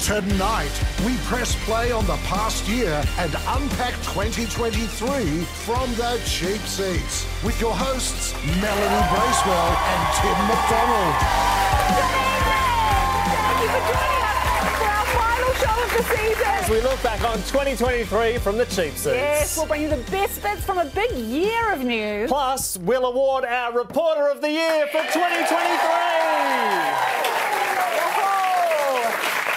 Tonight, we press play on the past year and unpack 2023 from the cheap seats with your hosts, Melanie Bracewell and Tim McDonald. Thank you for joining us for our final show of the As season. we look back on 2023 from the cheap seats. Yes, we'll bring you the best bits from a big year of news. Plus, we'll award our Reporter of the Year for 2023.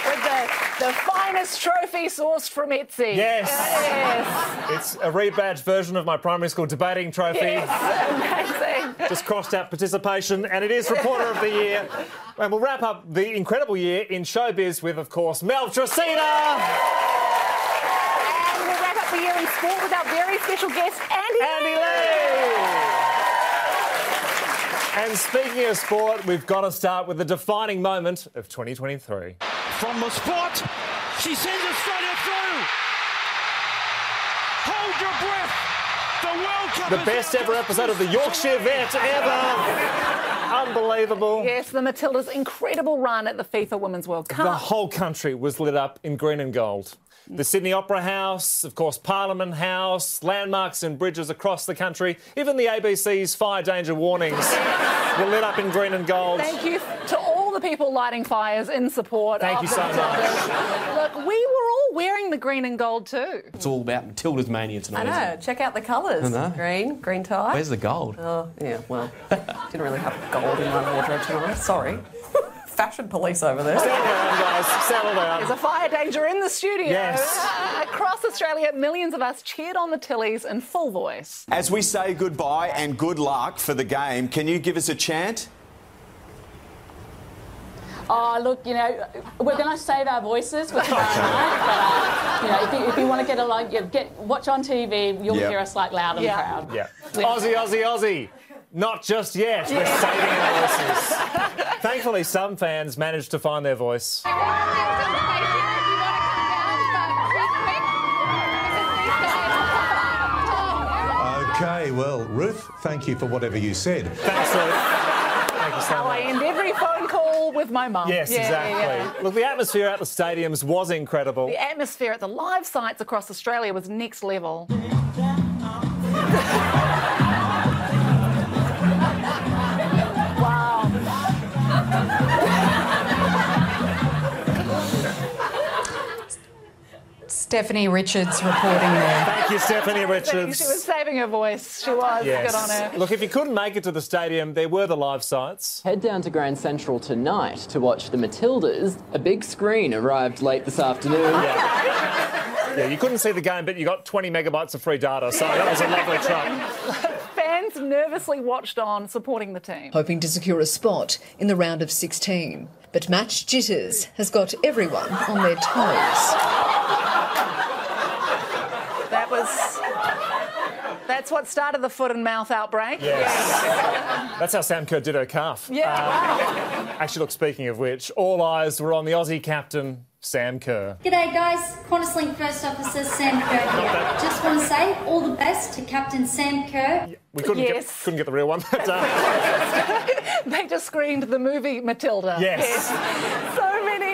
With the, the finest trophy sourced from Etsy. Yes, Yes. it's a rebadged version of my primary school debating trophy. Yes. Amazing. Just crossed out participation, and it is Reporter of the Year. And we'll wrap up the incredible year in showbiz with, of course, Mel Tresina, And we'll wrap up the year in sport with our very special guest, Andy. Andy Lee. And speaking of sport, we've got to start with the defining moment of 2023. from the spot. She sends Australia through. Hold your breath. The World Cup. The is best now ever just episode of the two Yorkshire Vet ever. Unbelievable. Yes, the Matildas' incredible run at the FIFA Women's World Cup. The whole country was lit up in green and gold. The Sydney Opera House, of course, Parliament House, landmarks and bridges across the country, even the ABC's fire danger warnings were lit up in green and gold. Thank you to all the people lighting fires in support Thank of you the so much. Matildas. Look, we were all wearing the green and gold too. It's all about Matilda's mania tonight. I isn't know. it? Check out the colours. I know. Green, green tie. Where's the gold? Oh, yeah. Well, didn't really have gold in my wardrobe tonight. Sorry. Fashion police over there. Settle down, guys. Settle There's a down. fire danger in the studio. Yes. Uh, across Australia, millions of us cheered on the Tillies in full voice. As we say goodbye and good luck for the game, can you give us a chant? oh, look, you know, we're going to save our voices with tomorrow night, but, uh, you know, if you, if you want to get along, you get watch on TV, you'll Yeah. hear us like loud and Yeah. proud. Yeah. Aussie, Aussie, Aussie. Not just yet. We're saving our voices. Thankfully, some fans managed to find their voice. Okay, well, Ruth, thank you for whatever you said. Thanks, Luke. Thank you so How I much. end every phone call with my mum. Yes, Yeah, yeah, exactly. yeah. Look, the atmosphere at the stadiums was incredible. The atmosphere at the live sites across Australia was next level. wow. Stephanie Richards reporting there. Thank you, Stephanie Richards. She was saving her voice. She was. Yes. Good on her. Look, if you couldn't make it to the stadium, there were the live sites. Head down to Grand Central tonight to watch The Matildas. A big screen arrived late this afternoon. Yeah, you couldn't see the game, but you got 20 megabytes of free data, so that was a lovely truck. Fans nervously watched on, supporting the team. Hoping to secure a spot in the round of 16. But match jitters has got everyone on their toes. That was. That's what started the foot and mouth outbreak. Yes. Uh, That's how Sam Kerr did her calf. Yeah. Actually, look, speaking of which, all eyes were on the Aussie captain, Sam Kerr. G'day guys, Qantas First Officer Sam Kerr here. Just want to say all the best to Captain Sam Kerr. We couldn't, Yes. get, couldn't get the real one uh, that day. they just screened the movie Matilda. Yes. So many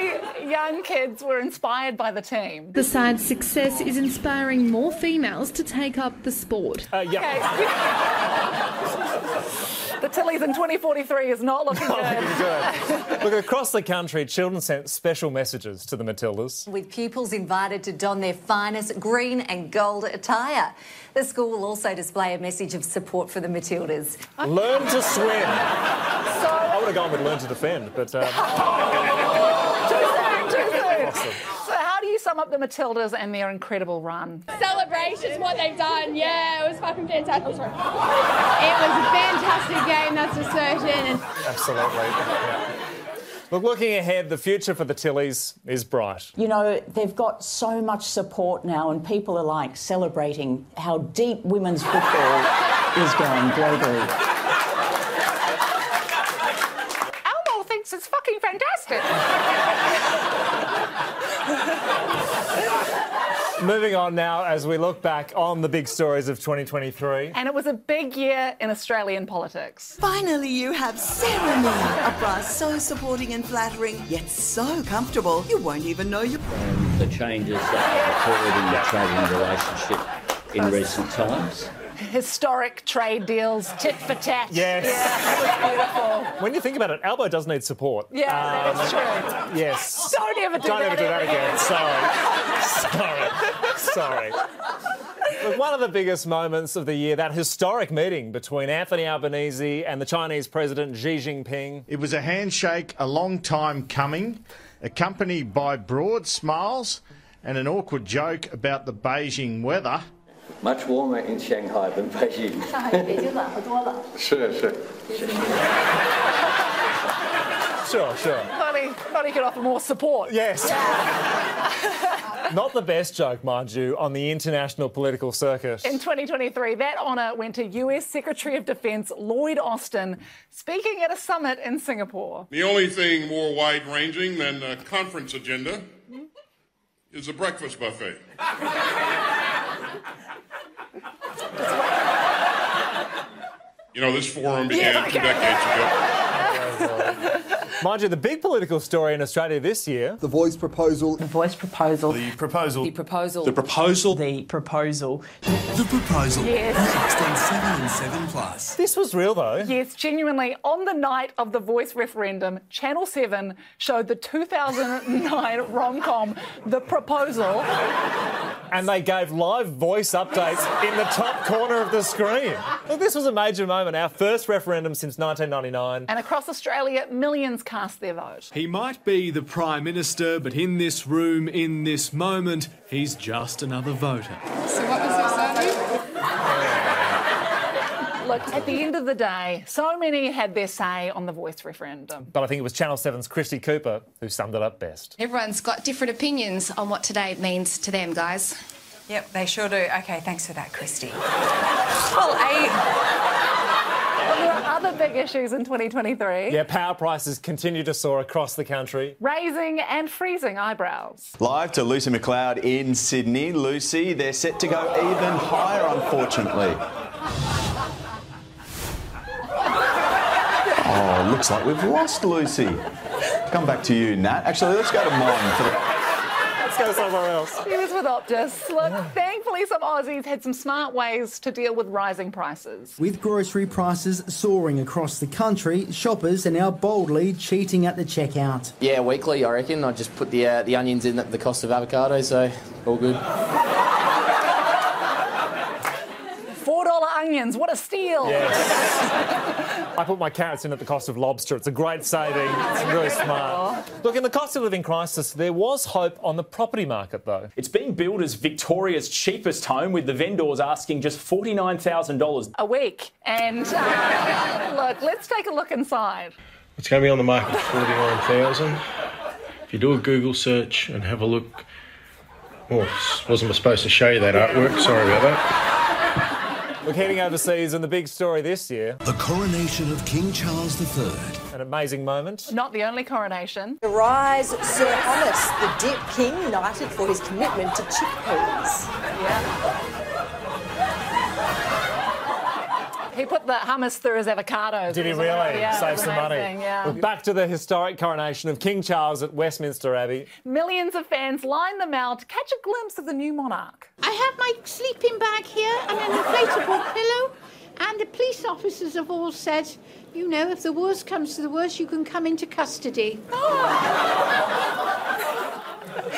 young kids were inspired by the team. The side's success is inspiring more females to take up the sport. Uh, yeah. Okay. the Tillies in 2043 is not looking good. Good. Look, across the country, children sent special messages to the Matildas. With pupils invited to don their finest green and gold attire. The school will also display a message of support for the Matildas. Learn to swim. So I would have gone with learn to defend, but um, Too soon, too soon. So, how do you sum up the Matildas and their incredible run? Celebrations, what they've done, yeah, it was fucking fantastic. it was a fantastic game, that's for certain. absolutely. Yeah. Look, looking ahead, the future for the Tillies is bright. You know, they've got so much support now, and people are like celebrating how deep women's football is going globally. Elmo thinks it's fucking fantastic. Moving on now as we look back on the big stories of 2023. And it was a big year in Australian politics. Finally, you have ceremony. A bra so supporting and flattering, yet so comfortable you won't even know you. The changes that have occurred in the trading relationship in recent times. Historic trade deals, tit for tat. Yes. Yeah, it was beautiful. When you think about it, Albo does need support. Yeah, Um, that is true. Yes. Don't ever do Don't that ever do that again. Sorry. Sorry. Sorry. Look, one of the biggest moments of the year, that historic meeting between Anthony Albanese and the Chinese President Xi Jinping. It was a handshake a long time coming, accompanied by broad smiles and an awkward joke about the Beijing weather. Much warmer in Shanghai than Beijing. 上海比北京暖和多了。是是。 Sure, sure. Thought he, thought he could offer more support. Yes. Not the best joke, mind you, on the international political circuit. In 2023, that honour went to US Secretary of Defence Lloyd Austin speaking at a summit in Singapore. The only thing more wide ranging than the conference agenda is a breakfast buffet. you know, this forum began two decades ago. Mind you, the big political story in Australia this year. The voice proposal. The voice proposal. The proposal. The proposal. The proposal. The proposal. The proposal. Yes. Next on 7 and 7 Plus. This was real, though. Yes, genuinely, on the night of the Voice referendum, Channel 7 showed the 2009 rom com The Proposal. And they gave live voice updates in the top corner of the screen. Look, this was a major moment, our first referendum since 1999. And across Australia, millions cast their vote. He might be the Prime Minister, but in this room, in this moment, he's just another voter. Look, at the end of the day, so many had their say on the Voice referendum. But I think it was Channel 7's Christy Cooper who summed it up best. Everyone's got different opinions on what today means to them, guys. Yep, they sure do. Okay, thanks for that, Christy. well, I. But there are other big issues in 2023 Yeah, power prices continue to soar across the country. raising and freezing eyebrows. Live to Lucy McLeod in Sydney. Lucy, they're set to go even higher, unfortunately. Oh, looks like we've lost Lucy. Come back to you, Nat. Actually, let's go to mine. For the... Let's go somewhere else. He was with Optus. Look, thankfully, some Aussies had some smart ways to deal with rising prices. With grocery prices soaring across the country, shoppers are now boldly cheating at the checkout. Yeah, weekly, I reckon. I just put the uh, the onions in at the cost of avocado, so all good. Four dollar onions, what a steal! I put my carrots in at the cost of lobster. It's a great saving. It's really smart. Look, in the cost of living crisis, there was hope on the property market, though. It's being billed as Victoria's cheapest home, with the vendors asking just $49,000. A week. And uh, look, let's take a look inside. It's going to be on the market for 49000 If you do a Google search and have a look. Oh, s- wasn't supposed to show you that artwork. Sorry about that. Look, heading overseas, and the big story this year The coronation of King Charles III. an amazing moment. Not the only coronation. The rise, Sir Thomas, the Dip King, knighted for his commitment to chickpeas. He put the hummus through his avocados. Did he It was really amazing. Yeah, it save was some money? amazing, Yeah. Well, back to the historic coronation of King Charles at Westminster Abbey. Millions of fans lined them out to catch a glimpse of the new monarch. I have my sleeping bag here and an inflatable pillow. And the police officers have all said, you know, if the worst comes to the worst, you can come into custody.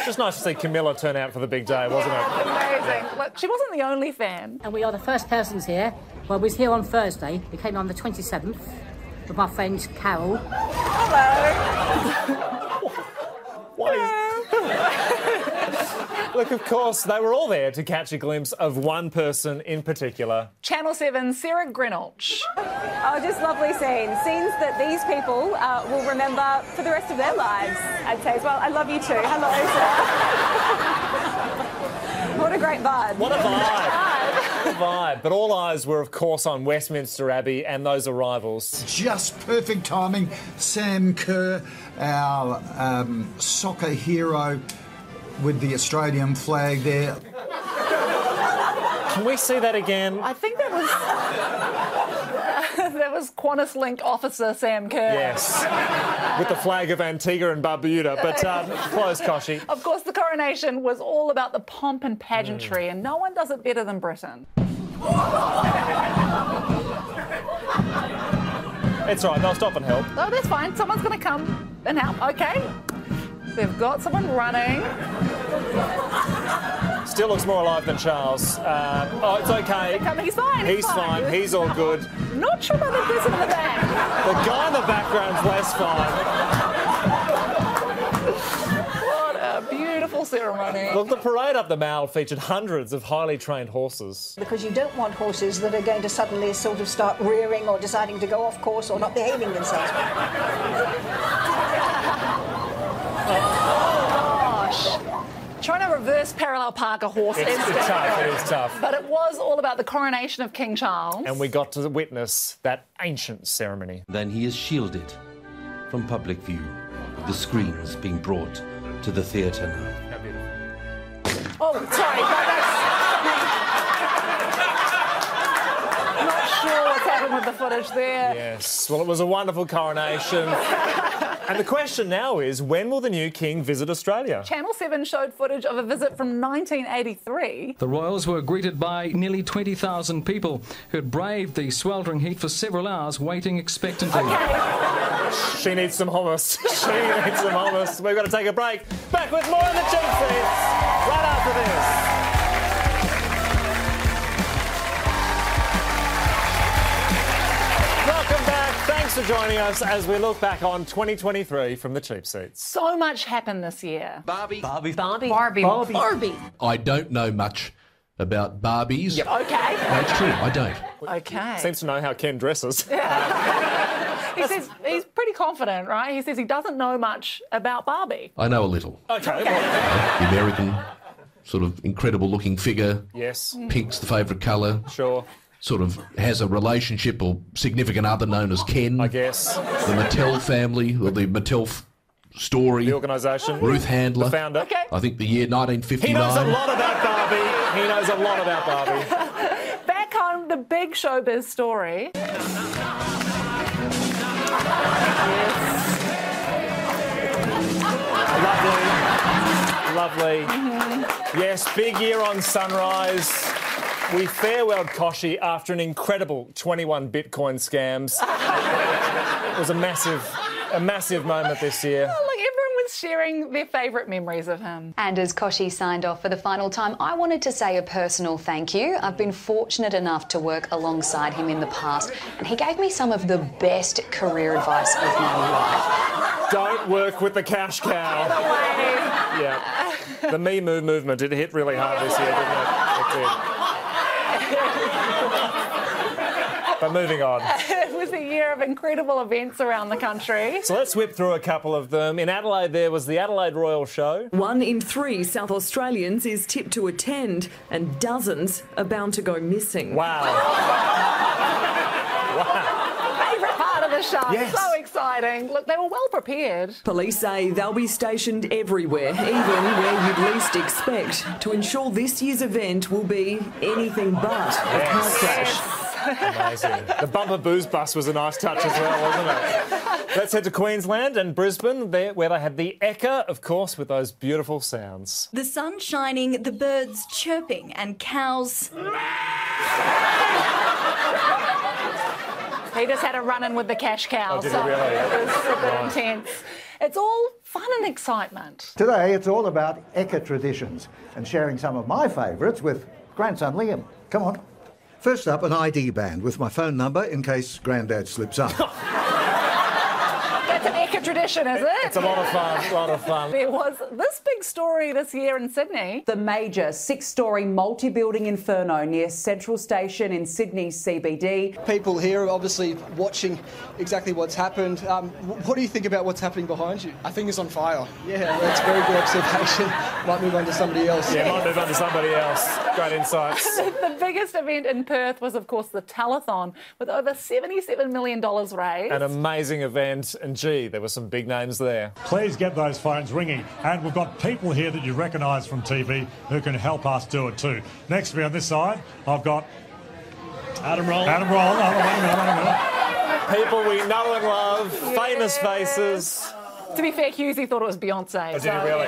Just nice to see Camilla turn out for the big day, wasn't it? Amazing. Look, she wasn't the only fan. And we are the first persons here. Well, we was here on Thursday. We came on the 27th with my friend Carol. Look, of course, they were all there to catch a glimpse of one person in particular. Channel 7, Sarah Greenwich. Oh, just lovely scenes. Scenes that these people uh, will remember for the rest of their lives, I'd say as well. I love you too. Hello, Sarah. what a great vibe. What a vibe. Vibe, but all eyes were, of course, on Westminster Abbey and those arrivals. Just perfect timing. Sam Kerr, our um, soccer hero, with the Australian flag there. Can we see that again? I think that was that was Qantas Link officer Sam Kerr. Yes. With the flag of Antigua and Barbuda, but um, close, Koshi. Of course, the coronation was all about the pomp and pageantry, and no one does it better than Britain. It's all right, they'll stop and help. Oh, that's fine. Someone's going to come and help. Okay. They've got someone running. Still looks more alive than Charles. Uh, oh, it's okay. They're coming. He's fine. He's fine. He's all good. The Not sure about the person in the back. guy in the background's less fine. What a beautiful ceremony. Look, the parade up the Mall featured hundreds of highly trained horses. Because you don't want horses that are going to suddenly sort of start rearing or deciding to go off course or not behaving themselves. Gosh. Trying to reverse parallel park a horse It's, is it's tough. It is tough. But it was all about the coronation of King Charles. And we got to witness that ancient ceremony. Then he is shielded from public view, the screens being brought to the theatre now. Oh, sorry. no, that's- Not sure what's happened with the footage there. Yes. Well, it was a wonderful coronation. and the question now is when will the new king visit Australia? Channel 7 showed footage of a visit from 1983. The royals were greeted by nearly 20,000 people who had braved the sweltering heat for several hours, waiting expectantly. She needs some hummus. she needs some hummus. We've got to take a break. Back with more in the cheap seats right after this. Welcome back. Thanks for joining us as we look back on 2023 from the cheap seats. So much happened this year. Barbie. Barbie. Barbie. Barbie. Barbie. Barbie. I don't know much about Barbies. Okay. That's true, I don't. Okay. Seems to know how Ken dresses. He says he's pretty confident, right? He says he doesn't know much about Barbie. I know a little. Okay. The American sort of incredible looking figure. Yes. Pink's the favourite colour. Sure. Sort of has a relationship or significant other known as Ken. I guess. The Mattel family, or the Mattel f- story. The organisation. Ruth Handler. The founder. Okay. I think the year 1959. He knows a lot about Barbie. He knows a lot about Barbie. Back home, the big showbiz story. Lovely. Yes, big year on Sunrise. We farewelled Koshi after an incredible 21 Bitcoin scams. it was a massive, a massive moment this year. Oh, Like everyone was sharing their favourite memories of him. And as Koshi signed off for the final time, I wanted to say a personal thank you. I've been fortunate enough to work alongside him in the past, and he gave me some of the best career advice of my life. Don't work with the cash cow. Yeah. The Me Moo movement, it hit really hard this year, didn't it? It did. But moving on. it was a year of incredible events around the country. So let's whip through a couple of them. In Adelaide, there was the Adelaide Royal Show. One in three South Australians is tipped to attend, and dozens are bound to go missing. Wow. Favourite part of the show. Yes. So exciting. Look, they were well prepared. Police say they'll be stationed everywhere, even where you'd least expect, to ensure this year's event will be anything but a car crash. Amazing. The bumper booze bus was a nice touch as well, wasn't it? Let's head to Queensland and Brisbane, there, where they had the Ekka, of course, with those beautiful sounds. The sun shining, the birds chirping, and cows. He just had a run in with the cash cow. Oh, did he so really? It was a bit Right. intense. It's all fun and excitement. Today, it's all about Ekka traditions and sharing some of my favourites with grandson Liam. Come on. First up, an ID band with my phone number in case Grandad slips up. That's an Ekka tradition, is it? It's a lot of fun, A a lot of fun. There was this big story this year in Sydney. The major six story multi building inferno near Central Station in Sydney CBD. People here are obviously watching exactly what's happened. Um, wh- what do you think about what's happening behind you? I think it's on fire. Yeah, that's a very good observation. Might move on to somebody else. Yeah, might move on to somebody else. Great insights. the biggest event in Perth was, of course, the telethon, with over $77 million raised. An amazing event, and gee, there were some big names there. Please get those phones ringing. And we've got people here that you recognise from TV who can help us do it too. Next to me on this side, I've got Adam Roll. Adam Roll. Oh, wait a minute, wait a minute. People we know and love, famous faces. To be fair, Husey thought it was Beyonce. Is it really?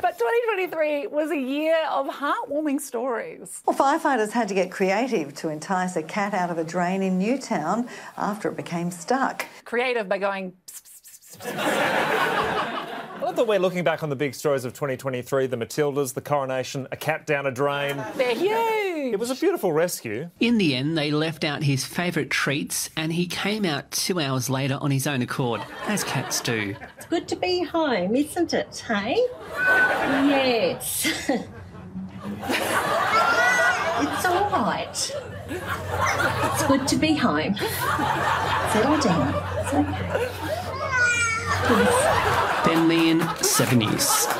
But 2023 was a year of heartwarming stories. Well, firefighters had to get creative to entice a cat out of a drain in Newtown after it became stuck. Creative by going, I love that we're looking back on the big stories of 2023 the Matildas, the coronation, a cat down a drain. they're huge. It was a beautiful rescue. In the end, they left out his favourite treats and he came out two hours later on his own accord, as cats do. It's good to be home, isn't it? Hey? Yes. it's all right. It's good to be home. Settle down. It's okay. Then the 70s.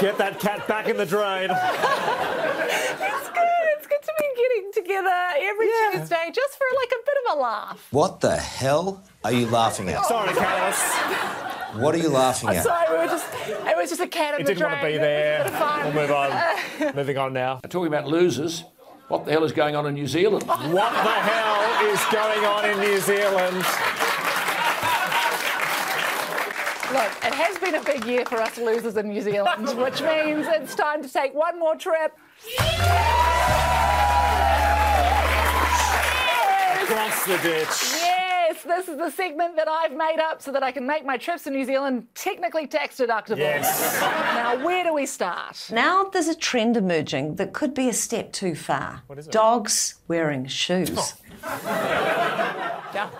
Get that cat back in the drain. it's good. It's good to be getting together every Tuesday just for like a bit of a laugh. What the hell are you laughing at? Sorry, Carlos. What are you laughing I'm at? sorry, we were just, it was just a cat in It the didn't want to drain. be It there. was a bit of fun. Uh, We'll move on. Moving on now. Talking about losers, what the hell is going on in New Zealand? What the hell is going on in New Zealand? Look, it has been a big year for us losers in New Zealand, which means it's time to take one more trip. Cross the ditch. Yes, this is the segment that I've made up so that I can make my trips to New Zealand technically tax deductible. Yes. Now, where do we start? Now there's a trend emerging that could be a step too far. What is it? Oh. Dogs wearing shoes. Yeah.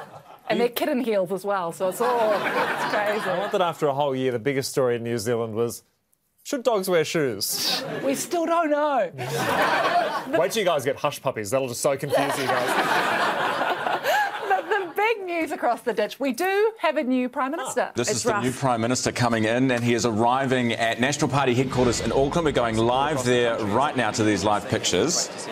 And they're kitten heels as well, so it's all it's I crazy. love that after a whole year, the biggest story in New Zealand was should dogs wear shoes? We still don't know. Wait till you guys get hush puppies. That'll just so confuse you guys. the, the big news across the ditch we do have a new Prime Minister. This it's is the rough. new Prime Minister coming in, and he is arriving at National Party headquarters in Auckland. We're going live there right now to these live pictures.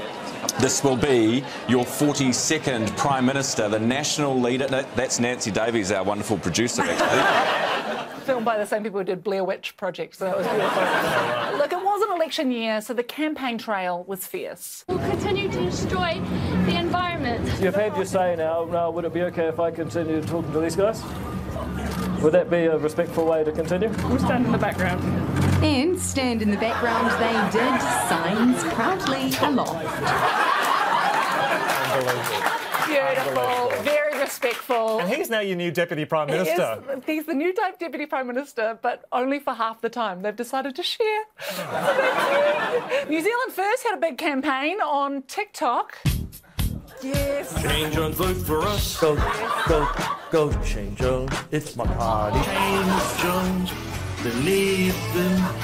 This will be your 42nd Prime Minister, the national leader. no, That's Nancy Davies, our wonderful producer, actually. filmed by the same people who did Blair Witch Project, so that was beautiful. Look, it was an election year, so the campaign trail was fierce. will continue to destroy the environment. You've had your say now. Now, would it be okay if I continue talking to these guys? Would that be a respectful way to continue? We'll stand in the background. And stand in the background they did, signs proudly aloft. Beautiful, Unbelievable. very respectful. And he's now your new Deputy Prime He is- Minister. he's the new type deputy prime minister, but only for half the time. They've decided to share. new Zealand First had a big campaign on TikTok. Yes. Change on vote for us. Go, go, go, change on. It's my party. James Jones, believe them.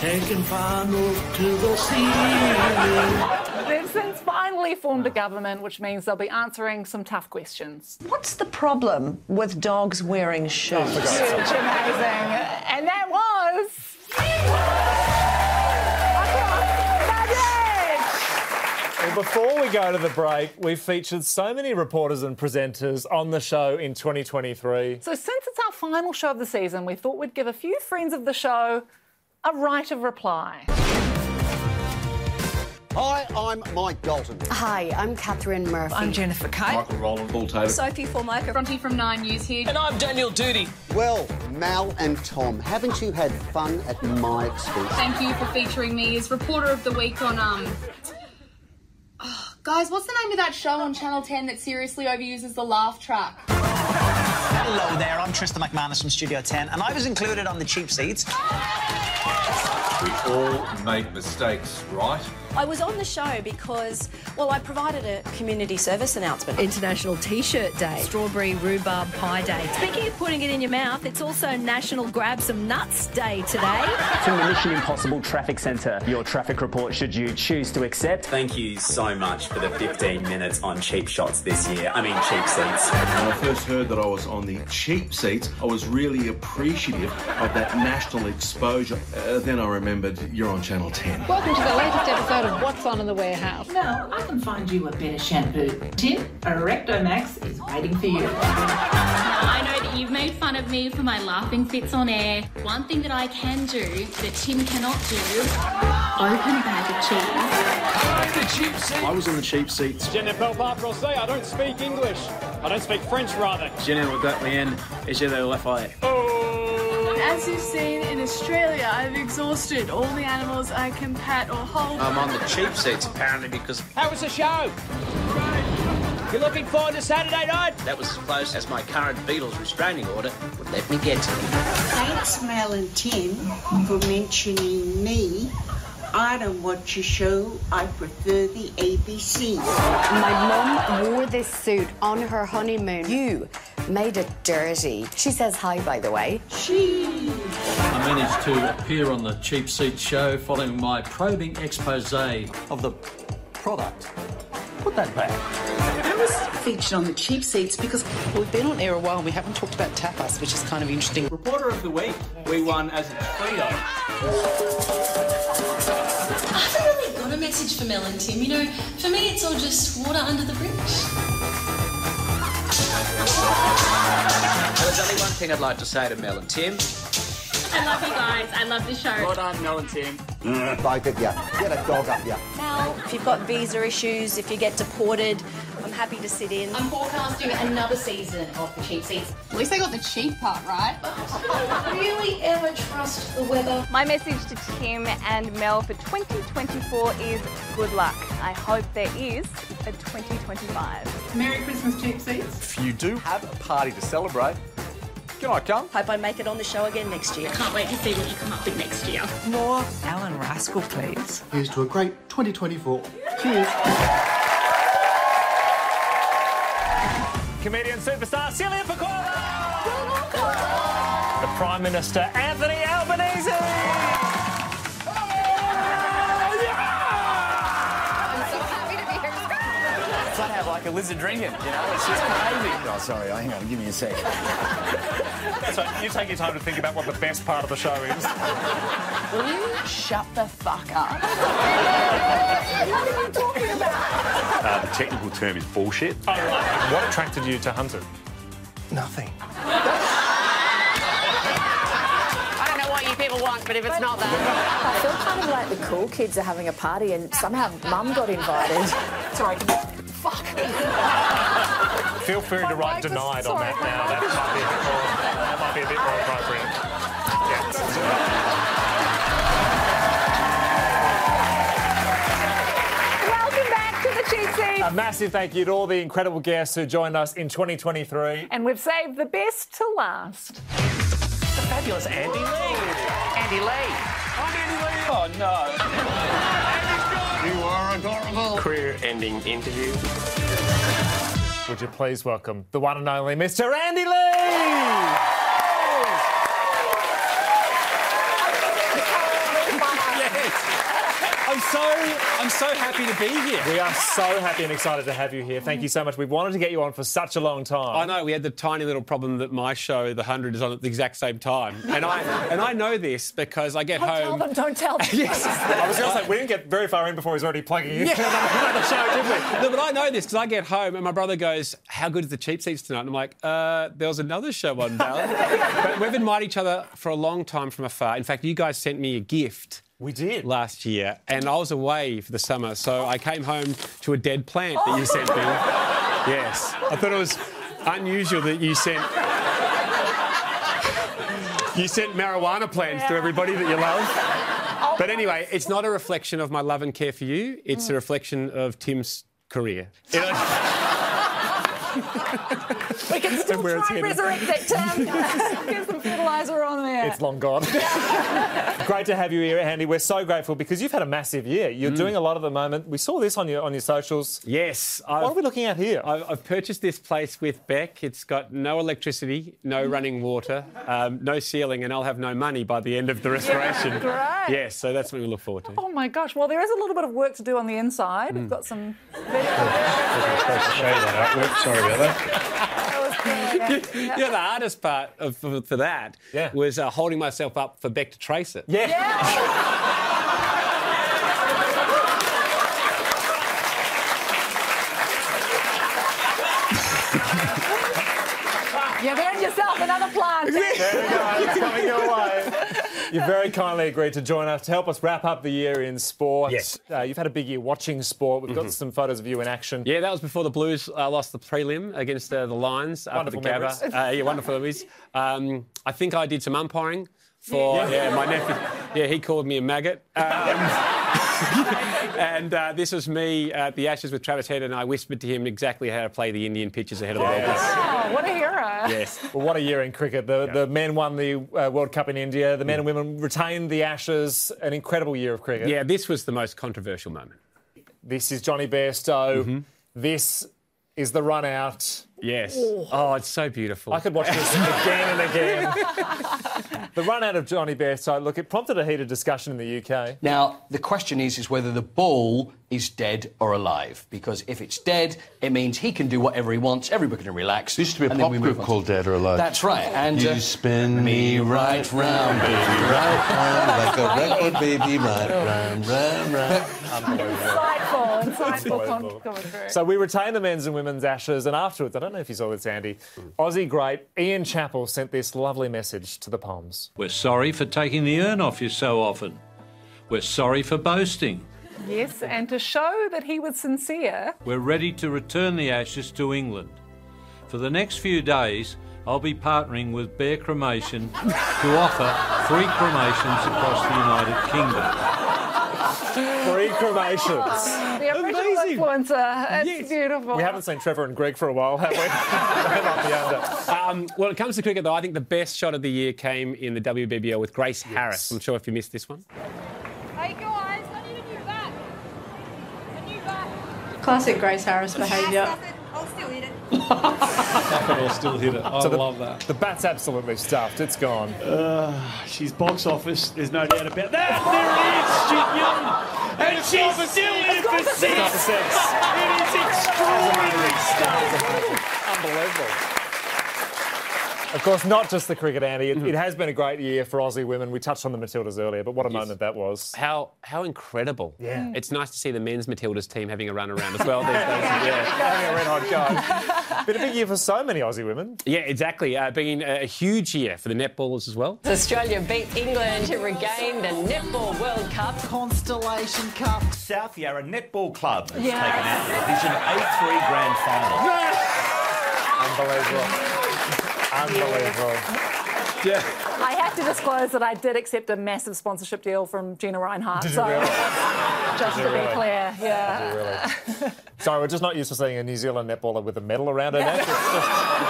Taking final to the ceiling. They've since finally formed a government, which means they'll be answering some tough questions. What's the problem with dogs wearing shoes? Huge, amazing. And that was. Well, before we go to the break, we've featured so many reporters and presenters on the show in 2023. So, since it's our final show of the season, we thought we'd give a few friends of the show a right of reply. Hi, I'm Mike Dalton. Hi, I'm Catherine Murphy. I'm Jennifer Kite. Michael Rowland, Paul Taylor. Sophie Formica. Bronte from Nine News here. And I'm Daniel Duty. Well, Mal and Tom, haven't you had fun at my expense? Thank you for featuring me as reporter of the week on um. oh, Guys, what's the name of that show on Channel 10 that seriously overuses the laugh track? Hello there, I'm Tristan McManus from Studio 10, and I was included on the cheap seats. We all make mistakes, right? I was on the show because, well, I provided a community service announcement. International T shirt day. Strawberry rhubarb pie day. Speaking of putting it in your mouth, it's also National Grab Some Nuts Day today. From the Mission Impossible Traffic Centre, your traffic report should you choose to accept. Thank you so much for the 15 minutes on cheap shots this year. I mean, cheap seats. When I first heard that I was on the cheap seats, I was really appreciative of that national exposure. Uh, then I remembered remembered you're on Channel 10. Welcome to the latest episode of What's On in the Warehouse. No, I can find you a better shampoo. Tim, Erectomax is waiting for you. I know that you've made fun of me for my laughing fits on air. One thing that I can do that Tim cannot do open a bag of cheese. I was in the cheap seats. Jennifer Parker will say, I don't speak English. I don't speak French, rather. General Gatlian is in the left eye. As you've seen in Australia, I've exhausted all the animals I can pet or Oh, hold. I'm on the cheap seats apparently because How was the show? You're looking forward to Saturday night? that was as close as my current Beatles restraining order would let me get. Thanks, Mel and Tim, for mentioning me. I don't watch your show. I prefer the ABC. My mum wore this suit on her honeymoon. You made it dirty. She says hi, by the way. She. I managed to appear on the cheap seat show following my probing expose of the product. Put that back. I was featured on the cheap seats because we've been on air a while. We haven't talked about tapas, which is kind of interesting. Reporter of the week, we won as a trio. I haven't really got a message for Mel and Tim. You know, for me, it's all just water under the bridge. There's only one thing I'd like to say to Mel and Tim. I love you guys. I love the show. Well done, Mel and Tim. Like it, yeah. Get a dog up, yeah. Now, if you've got visa issues, if you get deported, I'm happy to sit in. I'm forecasting another season of the cheap seats. At least they got the cheap part right. really ever trust the weather? My message to Tim and Mel for 2024 is good luck. I hope there is a 2025. Merry Christmas, cheap seats. If you do have a party to celebrate, can I come? Hope I make it on the show again next year. Can't wait to see what you come up with next year. More Alan Rascal, please. Here's to a great 2024. Cheers. Comedian superstar Celia Pacola! The Prime Minister Anthony Albanese! It's like have like a lizard drinking, you know? It's just crazy. Oh, sorry, hang on, give me a sec. So you take your time to think about what the best part of the show is. Will you shut the fuck up? what are you talking about? Uh, the technical term is bullshit. What attracted you to Hunter? Nothing. I don't know what you people want, but if it's not that. I feel kind of like the cool kids are having a party and somehow mum got invited. Sorry. Feel free to write denied on that now. That might, be a bit more, that might be a bit more appropriate. Welcome back to the cheap seat. Yeah. A massive thank you to all the incredible guests who joined us in 2023. And we've saved the best to last. The fabulous Andy Lee. Andy Lee. I'm Andy Lee. Oh, no. you are adorable. Career ending interview. Would you please welcome the one and only Mr. Andy Lee? I'm so I'm so happy to be here. We are so happy and excited to have you here. Thank you so much. We wanted to get you on for such a long time. I know we had the tiny little problem that my show, The Hundred, is on at the exact same time, and I and I know this because I get Don't tell home. them, don't tell them. I was going to say, we didn't get very far in before he was already plugging you. Another show, did we? No, but I know this because I get home and my brother goes, "How good is the cheap seats tonight?" And I'm like, uh, "There was another show on, Val." but we've admired each other for a long time from afar. In fact, you guys sent me a gift. We did last year, and I was away for the summer, so I came home to a dead plant that you sent me. yes, I thought it was unusual that you sent. You sent marijuana plants to everybody that you love. But anyway, it's not a reflection of my love and care for you. It's a reflection of Tim's career. We can still Where it's try and headed. resurrect it, Tim. Get some fertiliser on there. It's long gone. Great to have you here, Andy. We're so grateful because you've had a massive year. You're Mm. doing a lot at the moment. We saw this on your on your socials. Yes. what are we looking at here? I've, I've purchased this place with Beck. It's got no electricity, Mm-hmm. no running water, um, no ceiling, and I'll have no money by the end of the restoration. great. Yes, so that's what we look forward to. Oh my gosh. Well, there is a little bit of work to do on the inside. We've got some. Sorry about that. That was good. yeah, the hardest part of, for, for that was uh, holding myself up for Beck to trace it. Yeah. You've earned yourself another plant. There we go. It's coming your way. You very kindly agreed to join us to help us wrap up the year in sport. Yes. Uh, you've had a big year watching sport. We've got Mhm. some photos of you in action. Yeah, that was before the Blues uh, lost the prelim against uh, the Lions after Wonderful the Gabba. memories. Uh, yeah, wonderful memories. Um, I think I did some umpiring for Yeah. yeah. my nephew. Yeah, he called me a maggot. Um, and uh, this was me at the Ashes with Travis Head, and I whispered to him exactly how to play the Indian pitches ahead of the World Cup. Oh, what a hero. Yes. Well, what a year in cricket. The, the men won the uh, World Cup in India. The men and women retained the Ashes. An incredible year of cricket. Mm. Yeah, this was the most controversial moment. Mm-hmm. This is Johnny Bairstow. This is the run out. Yes. Oh, it's so beautiful. I could watch this again and again. the run out of Johnny Bairstow. Look, it prompted a heated discussion in the UK. Now, the question is, is whether the ball is dead or alive. Because if it's dead, it means he can do whatever he wants, everybody can relax. This used to be A pop group called Dead or Alive. That's right, and, you uh, spin me right round, baby, right round, like a record, baby, right Oh. round, round, round. Insightful, insightful Unbelievable. con- commentary. So we retain the men's and women's Ashes, and afterwards, I don't know if you saw this, Andy, Aussie great Ian Chappell sent this lovely message to the Palms. We're sorry for taking the urn off you so often. We're sorry for boasting. Yes, and to show that he was sincere. We're ready to return the ashes to England. For the next few days, I'll be partnering with Bear Cremation to offer free cremations across the United Kingdom. Three cremations. Oh, The original influencer. It's beautiful. We haven't seen Trevor and Greg for a while, have we? They might be under. Um, well, when it comes to cricket, though, I think the best shot of the year came in the WBBL with Grace Harris. I'm sure if you missed this one. Hey guys, I need a new bat. A new bat. Classic Grace Harris behaviour. I'll still hit it. I'll still hit it. I love that. The bat's absolutely stuffed. It's gone. Uh, she's box office. There's no doubt about that. There it is, Stuart Young. And she's still in for six. It's gone for six. It is extraordinary stuff. Unbelievable. Of course, not just the cricket, Andy. It, it has been a great year for Aussie women. We touched on the Matildas earlier, but what a moment that was. How how incredible. Yeah. Mm. It's nice to see the men's Matildas team having a run around as well these days. Yeah. Having a red hot go. Been a big year for so many Aussie women. Yeah, exactly. Uh, being a, a huge year for the netballers as well. Australia beat England to regain the Netball World Cup. Constellation Cup. South Yarra Netball Club has Yeah. taken out the Division A3 Grand Final. Unbelievable. Unbelievable. Yeah. I have to disclose that I did accept a massive sponsorship deal from Gina Reinhardt. Did you so, really? just Did to you be really? clear, yeah. Uh, Sorry, we're just not used to seeing a New Zealand netballer with a medal around her neck. It's just,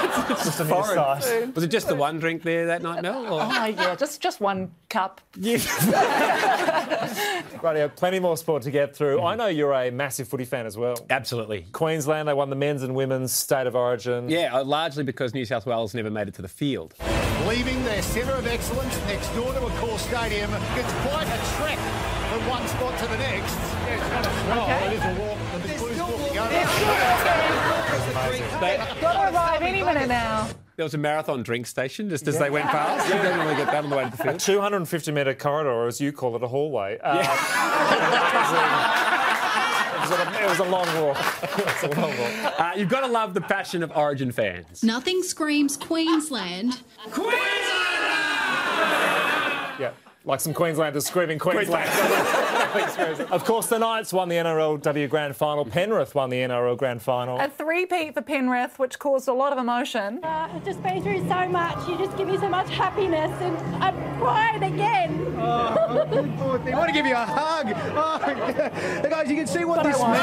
it's just an Foreign. inside. Was it just the one drink there that night, Mel? Or? Oh yeah, just just one cup. Radio, plenty more sport to get through. I know you're a massive footy fan as well. Mm-hmm. Absolutely. Queensland, they won the men's and women's state of origin. Yeah, uh, largely because New South Wales never made it to the field. Leaving their centre of excellence next door to a core stadium, it's quite a trek from one spot to the next. It's not a stroll, it is a walk. and The Blues walking over. Gotta arrive any minute now. There was a marathon drink station just as they went past. Yeah. You don't normally get that on the way to the A field. 250 metre corridor, or as you call it, a hallway. Uh, it, was a, it was a long walk. It was a long walk. Uh, you've got to love the passion of Origin fans. Nothing screams Queensland Yeah. Like some Queenslanders screaming Queensland. of course, the Knights won the NRLW Grand Final. Penrith won the NRL Grand Final. A three-peat for Penrith, which caused a lot of emotion. Uh, I've just been through so much. You just give me so much happiness, and I'm crying again. They want to give you a hug. Oh, guys, you can see what this means.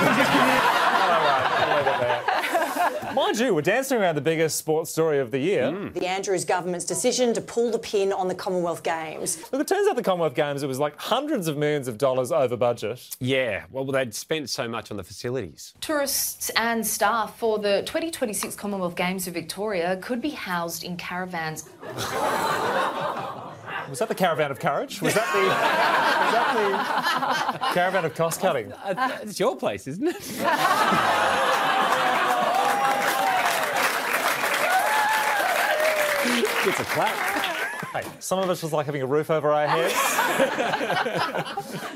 Mind you, we're dancing around the biggest sports story of the year. Mm. The Andrews government's decision to pull the pin on the Commonwealth Games. Look, it turns out the Commonwealth Games, it was like hundreds of millions of dollars over budget. Yeah, well, they'd spent so much on the facilities. Tourists and staff for the 2026 Commonwealth Games of Victoria could be housed in caravans. Was that the Caravan of Courage? Was that the, was that the Caravan of Cost Cutting? Uh, It's your place, isn't it? It's a clap. Hey, some of us was like having a roof over our heads.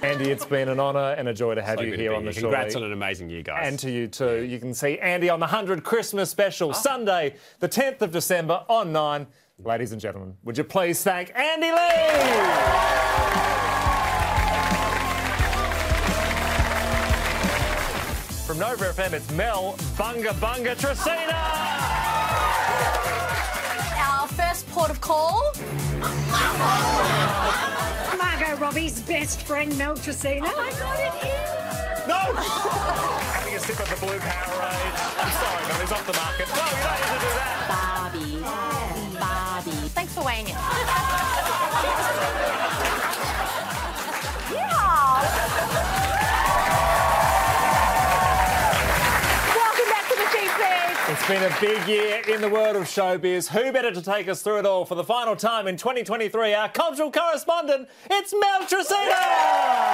Andy, it's been an honour and a joy to have So you good to here be on the here. show. Congrats on an amazing year, guys. And to you too. You can see Andy on the 100 Christmas Oh. special, Sunday, the 10th of December on 9. Ladies and gentlemen, would you please thank Andy Lee? From Nova FM, it's Mel Bunga Bunga Tresina. Our first port of call. Margot Robbie's best friend, Mel Tresina. Oh my god, it is! Having a sip of the blue Powerade. I'm sorry, Mel, he's off the market. No, you don't need to do that. Barbie. Barbie. Thanks for weighing in. Welcome back to the Cheap Seats. It's been a big year in the world of showbiz. Who better to take us through it all for the final time in 2023? Our cultural correspondent, it's Mel Tresina! Wow,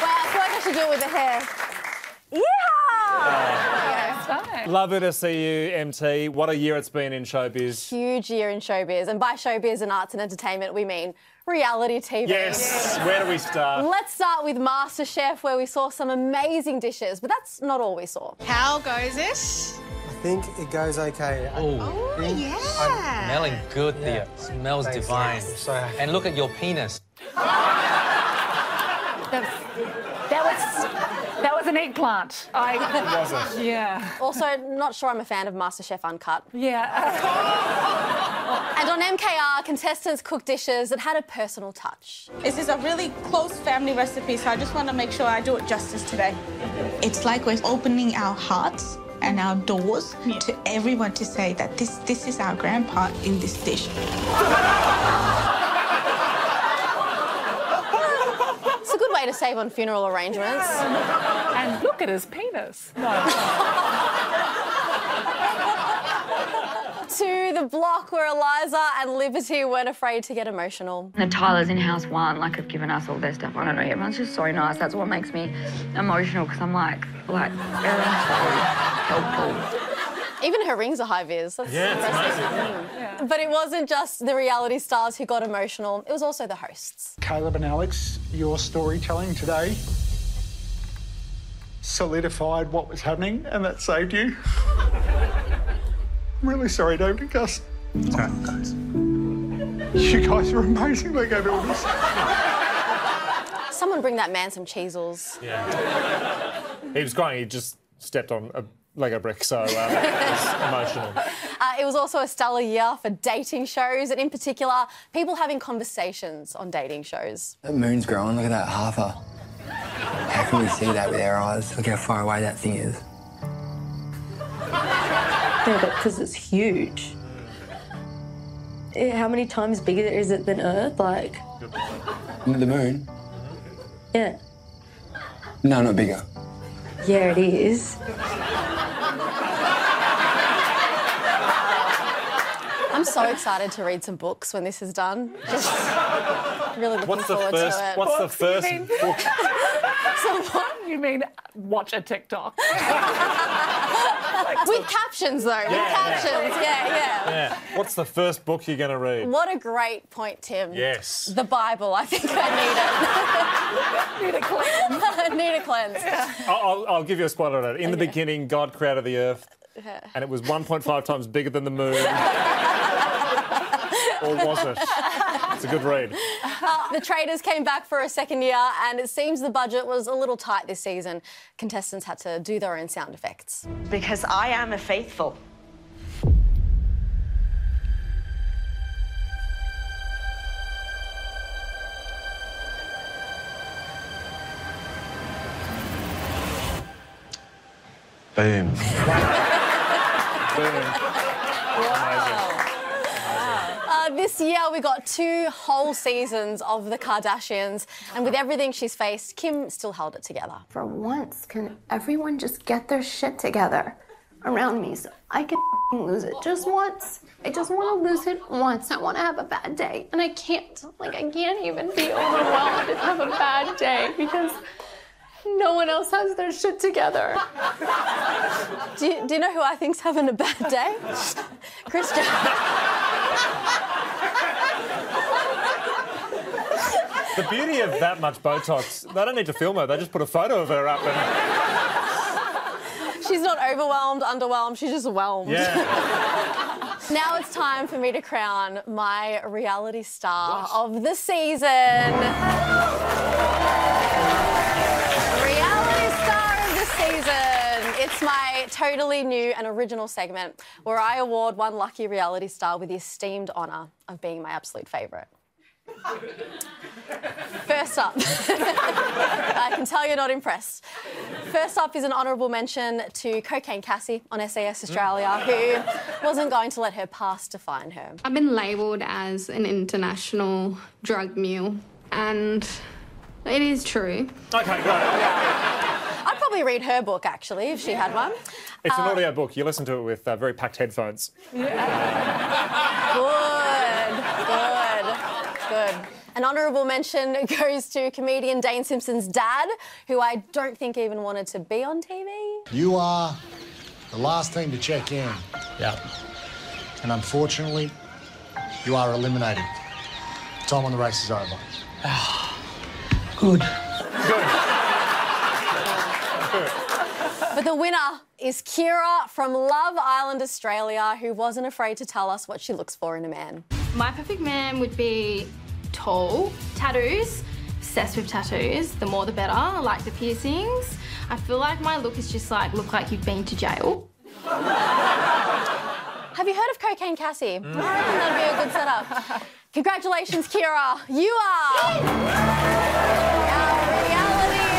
it's like I should do it with the hair. Yeah! Lovely to see you, MT. What a year it's been in showbiz. Huge year in showbiz, and by showbiz and arts and entertainment, we mean reality TV. Yes, where do we start? Let's start with MasterChef, where we saw some amazing dishes, but that's not all we saw. How goes it? I think it goes okay. Oh, yeah. Smelling good, Thea. Smells divine. And look at your penis. That was that was an eggplant. I It wasn't. Yeah. Also, not sure I'm a fan of MasterChef Uncut. Yeah. And on MKR, contestants cooked dishes that had a personal touch. This is a really close family recipe, so I just want to make sure I do it justice today. It's like we're opening our hearts and our doors to everyone to say that this this is our grandpa in this dish. It's a good way to save on funeral arrangements. And look at his penis. to the block where Eliza and Liberty weren't afraid to get emotional. The Tyler's in house one, like, have given us all their stuff. I don't know. Everyone's just so nice. That's what makes me emotional because I'm like, like, uh, everyone's so helpful. Even her rings are high vis. That's Yeah, it's impressive. amazing. Mm. But it wasn't just the reality stars who got emotional, it was also the hosts. Caleb and Alex, your storytelling today solidified what was happening and that saved you. I'm really sorry, David and Gus. You guys are amazing. They gave all this. Someone bring that man some cheesels. He was crying, he just stepped on a Lego brick, so uh, it's emotional. Uh, it was also a stellar year for dating shows, and in particular, people having conversations on dating shows. That moon's growing. Look at that harbour. How can we see that with our eyes? Look how far away that thing is. Yeah, but because it's huge. Yeah, How many times bigger is it than Earth? Like, The moon? yeah. No, not bigger. Yeah, it is. I'm so excited to read some books when this is done. Just really looking What's the forward first- to it. what's the Books, you first mean? book? so what? You mean watch a TikTok? With captions though, with Yeah, yeah. captions, yeah, yeah. Yeah. What's the first book you're going to read? What a great point, Tim. Yes. The Bible. I think I need it. need a cleanse. need a cleanse. I'll, I'll- I'll give you a spoiler on it. In the beginning, God created the earth, and it was 1.5 times bigger than the moon. or was it? It's a good read. Uh, the traders came back for a second year, and it seems the budget was a little tight this season. Contestants had to do their own sound effects. Because I am a faithful. Boom. Uh, this year, we got two whole seasons of The Kardashians, and with everything she's faced, Kim still held it together. For once, can everyone just get their shit together around me so I can lose it just once? I just want to lose it once. I want to have a bad day, and I can't. Like, I can't even be overwhelmed and have a bad day because No one else has their shit together. do, you, do you know who I think's having a bad day? Chris The beauty of that much Botox, they don't need to film her. They just put a photo of her up and She's not overwhelmed, underwhelmed, she's just whelmed. now it's time for me to crown my reality star of the season. reality star of the season. It's my totally new and original segment where I award one lucky reality star with the esteemed honour of being my absolute favourite. First up, I can tell you're not impressed. First up is an honourable mention to Cocaine Cassie on SAS Australia, who wasn't going to let her past define her. I've been labelled as an international drug mule, and it is true. Okay, great. I'd probably read her book actually if she had one. It's an Uh, audio book. You listen to it with uh, very packed headphones. Good, good, good. An honourable mention goes to comedian Dane Simpson's dad, who I don't think even wanted to be on TV. You are the last team to check in. Yeah. And unfortunately, you are eliminated. Time on the race is over. Good. But the winner is Kira from Love Island Australia, who wasn't afraid to tell us what she looks for in a man. My perfect man would be tall, tattoos, obsessed with tattoos. The more the better. I like the piercings. I feel like my look is just like look like you've been to jail. Have you heard of Cocaine Cassie? Mm. I reckon that'd be a good setup. Congratulations, Kira. You are our reality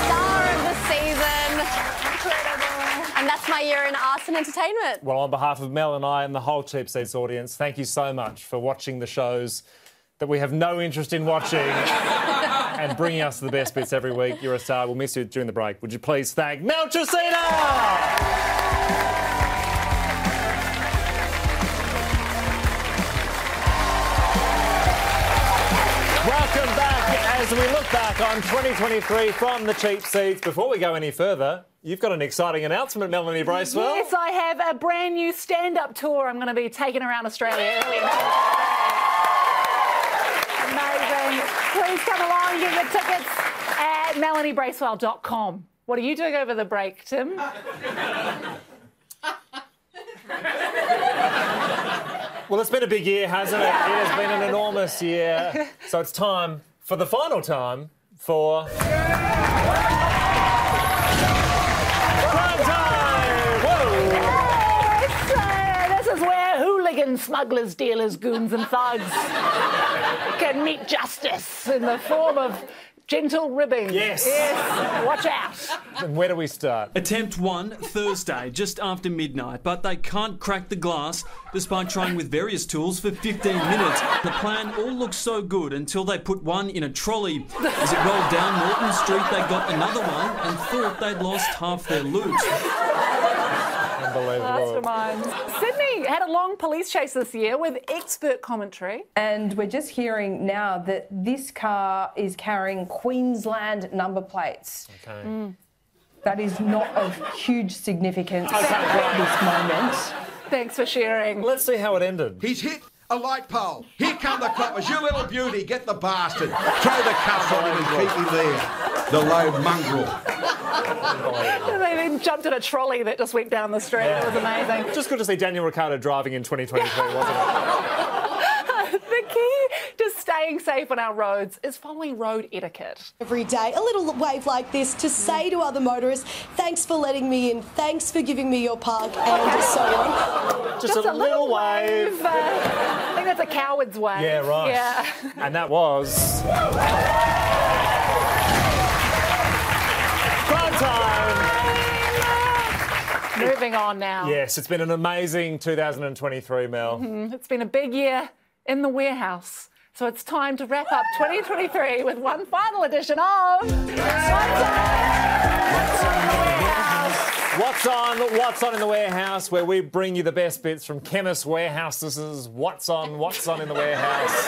star of the season. And that's my year in arts and entertainment. Well, on behalf of Mel and I and the whole Cheap Seats audience, thank you so much for watching the shows that we have no interest in watching and bringing us the best bits every week. You're a star. We'll miss you during the break. Would you please thank Mel Trusina? Welcome back as we look back on 2023 from the cheap seats. Before we go any further, you've got an exciting announcement, Melanie Bracewell. Yes, I have a brand new stand up tour I'm going to be taking around Australia early next year. Amazing. Please come along, get your tickets at melaniebracewell.com. What are you doing over the break, Tim? Well, it's been a big year, hasn't it? It has been an enormous year. So it's time for the final time for. Prime time! Whoa! Yes, uh, this is where hooligans, smugglers, dealers, goons, and thugs can meet justice in the form of gentle ribbing. Yes. Yes. Watch out. And where do we start? Attempt one, Thursday, just after midnight, but they can't crack the glass despite trying with various tools for 15 minutes. The plan all looks so good until they put one in a trolley. As it rolled down Norton Street, they got another one and thought they'd lost half their loot. Last mine. Sydney had a long police chase this year with expert commentary. And we're just hearing now that this car is carrying Queensland number plates. Okay. That is not of huge significance at this moment. Thanks for sharing. Let's see how it ended. He's hit a light pole. Here come the coppers. You little beauty, get the bastard. Throw the cuffs on him and keep him there. The low mongrel. and they then jumped in a trolley that just went down the street. It was amazing. Just good to see Daniel Ricciardo driving in 2023, wasn't it? the key to staying safe on our roads is following road etiquette. Every day, a little wave like this to say to other motorists, thanks for letting me in, thanks for giving me your park, and so on. Just, a, little wave. Uh, I think that's a coward's way. Yeah, right. Yeah. And that was. Prime time! Moving on now. Yes, it's been an amazing 2023, Mel. Mhm, It's been a big year in the warehouse. So it's time to wrap up 2023 with one final edition of. What's on? What's on in the warehouse? Where we bring you the best bits from chemists' warehouse. This is what's on. What's on in the warehouse?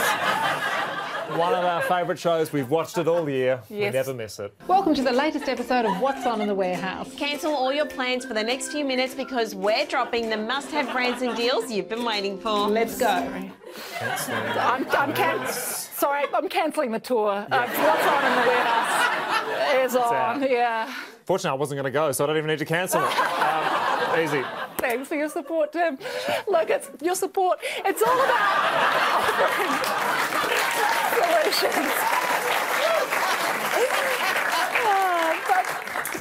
One of our favourite shows. We've watched it all year. Yes. We never miss it. Welcome to the latest episode of What's On in the Warehouse. Cancel all your plans for the next few minutes because we're dropping the must have brands and deals you've been waiting for. Let's go. I'm, I'm can- sorry, I'm cancelling the tour. Uh, what's on in the warehouse is It's on. out. Yeah. Fortunately, I wasn't going to go, so I don't even need to cancel it. Um, easy. Thanks for your support, Tim. Look, it's your support. It's all about offering solutions. Oh, but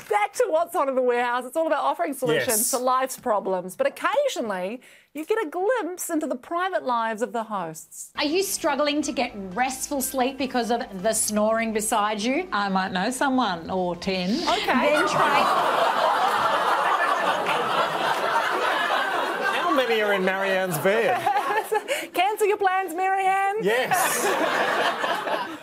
Back to what's on in the warehouse. It's all about offering solutions Yes. to life's problems. But occasionally, you get a glimpse into the private lives of the hosts. Are you struggling to get restful sleep because of the snoring beside you? I might know someone or 10. Okay. Then How many are in Marianne's bed? Cancel your plans, Marianne. Yes.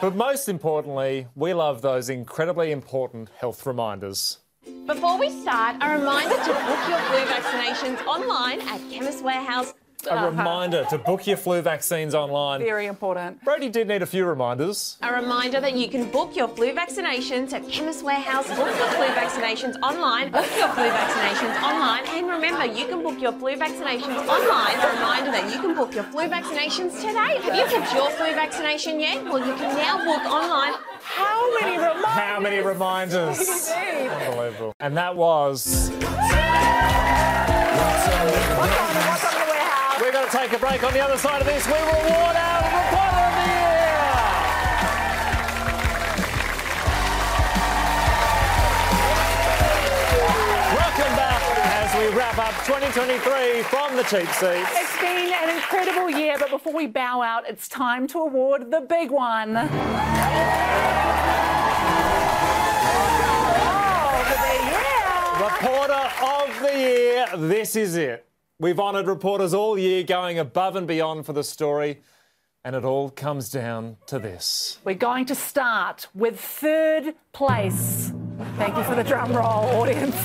But most importantly, we love those incredibly important health reminders. Before we start, a reminder to book your flu vaccinations online at Chemist Warehouse. A reminder to book your flu vaccines online. Uh-huh. Very important. Brody did need a few reminders. A reminder that you can book your flu vaccinations at Chemist Warehouse, book your flu vaccinations online, book your flu vaccinations online, and remember you can book your flu vaccinations online. A reminder that you can book your flu vaccinations today. Have you kept your flu vaccination yet? Well, you can now book online. How many reminders? How many reminders? Indeed. Unbelievable. And that was. We're going to take a break on the other side of this. We reward our reporter of the year. Welcome back as we wrap up 2023 from the cheap seats. It's been an incredible year, but before we bow out, it's time to award the big one. Reporter of the Year, this is it. We've honoured reporters all year, going above and beyond for the story, and it all comes down to this. We're going to start with third place. Thank you for the drum roll, audience.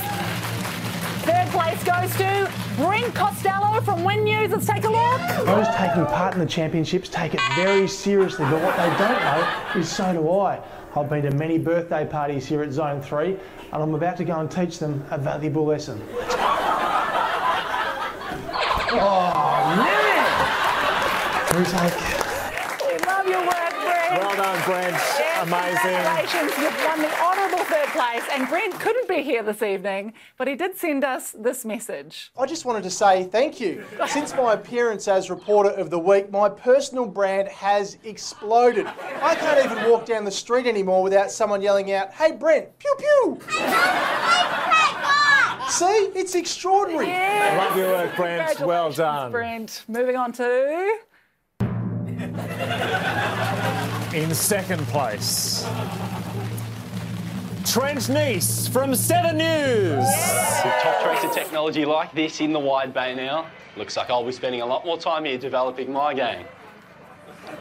Third place goes to Brent Costello from Win News. Let's take a look. Those taking part in the championships take it very seriously, but what they don't know is so do I. I've been to many birthday parties here at Zone 3, and I'm about to go and teach them a valuable lesson. Oh, man! Who's like, We love your work, Brent. Well done, Brent. Amazing. Congratulations, you've won the honourable third place. And Brent couldn't be here this evening, but he did send us this message. I just wanted to say thank you. Since my appearance as reporter of the week, my personal brand has exploded. I can't even walk down the street anymore without someone yelling out, "Hey Brent, pew pew!" See, it's extraordinary. Yeah. Love your work, Brent. Well done. Brent, moving on to. In second place, Trent Nice from Seven News. With top tracks of technology like this in the wide bay now, looks like I'll be spending a lot more time here developing my game. And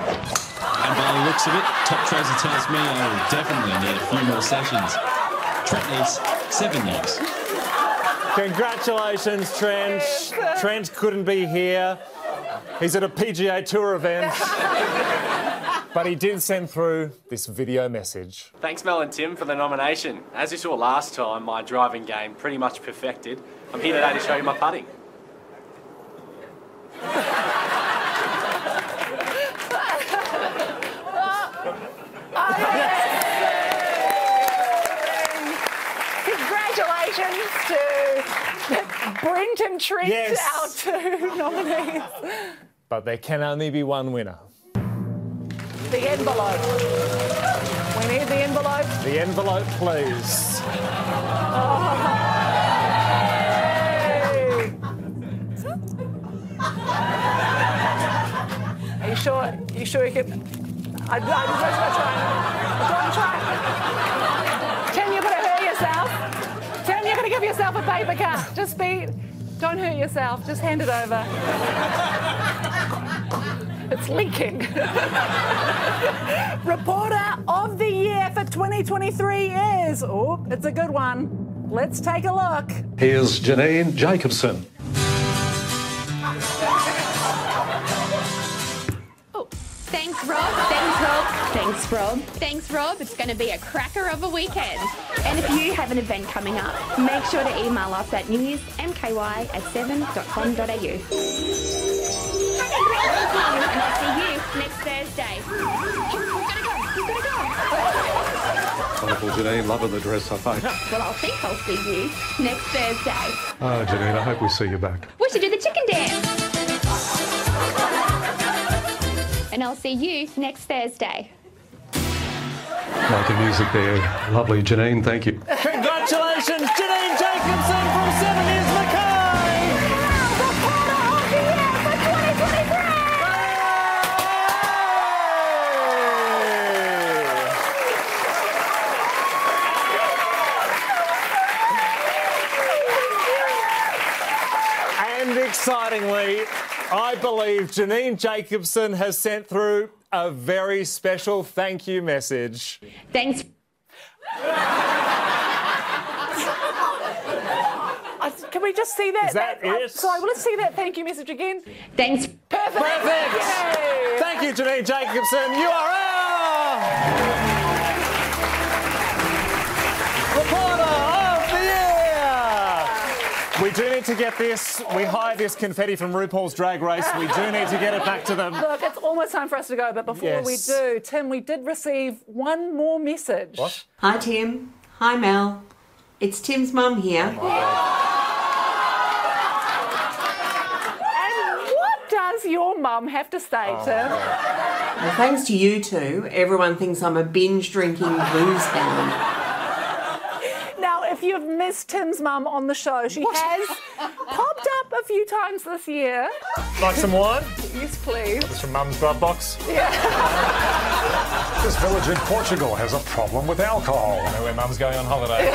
by the looks of it, Top Treasure tells me I will definitely need a few more sessions. Trent needs seven years. Congratulations, Trent. Trent couldn't be here. He's at a PGA Tour event. but he did send through this video message. Thanks, Mel and Tim, for the nomination. As you saw last time, my driving game pretty much perfected. I'm here today to show you my putting. Congratulations to Brent and Trent, Yes. our two nominees. But there can only be one winner. The envelope. We need the envelope. The envelope, please. Are you sure? You sure you can? I, I just want to try. Don't try. Tim, you're gonna hurt yourself. Tim, you're gonna give yourself a paper cut. Just be. Don't hurt yourself. Just hand it over. It's leaking. Reporter of the year for 2023 is. Oh, it's a good one. Let's take a look. Here's Janine Jacobson. Thanks, Rob. Thanks, Rob. Thanks, Rob. Thanks, Rob. It's going to be a cracker of a weekend. And if you have an event coming up, make sure to email us at newsmky at 7.com.au. And I'll see you next Thursday. Gotta go. Gotta go. Wonderful, Janine. Loving the dress, I think. Well, I'll think I'll see you next Thursday. Oh, Janine, I hope we see you back. We should do the chicken dance. And I'll see you next Thursday. Like the music there. Lovely, Janine. Thank you. Congratulations, Janine Jacobson from Seven Years Mackay. And excitingly, I believe Janine Jacobson has sent through a very special thank you message. Thanks. I, can we just see that? Is that I'm it? sorry, well, let's see that thank you message again. Thanks. Perfect. Perfect. Yay. Thank you, Janine Jacobson. You are our reporter of the year. We do need to get this. We hire this confetti from RuPaul's Drag Race. We do need to get it back to them. Look, it's almost time for us to go, but before Yes. we do, Tim, we did receive one more message. What? Hi, Tim. Hi, Mel. It's Tim's mum here. And what does your mum have to say, Oh, Tim? Well, thanks to you two, everyone thinks I'm a binge drinking booze hound. Now, if you've missed Tim's mum on the show, she has popped up a few times this year. Like some wine? Yes, please. It's from Mum's glove box. This village in Portugal has a problem with alcohol. I know where Mum's going on holiday.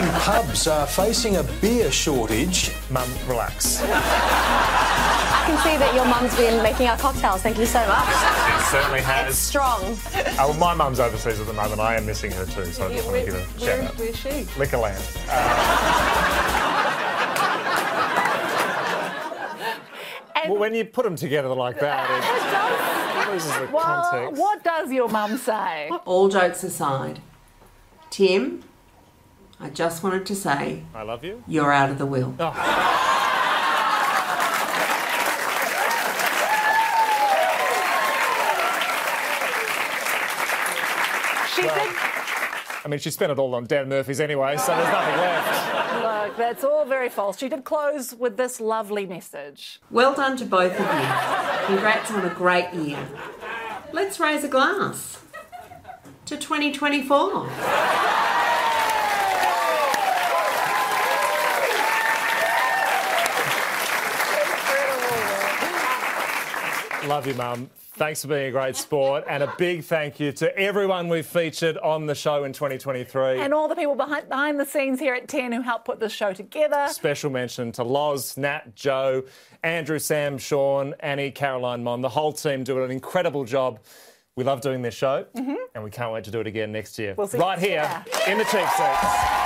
Melbourne pubs are facing a beer shortage. Mum, relax. I can see that your mum's been making our cocktails. Thank you so much. It certainly has. It's strong. Oh, my mum's overseas at the moment. I am missing her too, so I just want to give her a shout out. where's she? Liquorland. well, when you put them together like that, it loses the Well, context. what does your mum say? All jokes aside, Tim, I just wanted to say I love you. Oh. you're out of the will. She did. I mean, she spent it all on Dan Murphy's anyway, so there's nothing left. Look, that's all very false. She did close with this lovely message. Well done to both of you. Congrats on a great year. Let's raise a glass to 2024. Love you, Mum. Thanks for being a great sport, and a big thank you to everyone we've featured on the show in 2023. And all the people behind, behind the scenes here at 10 who helped put this show together. Special mention to Loz, Nat, Joe, Andrew, Sam, Sean, Annie, Caroline, Mom. The whole team do an incredible job. We love doing this show, and we can't wait to do it again next year. Mm-hmm. We'll see you right next here year. in the cheap seats.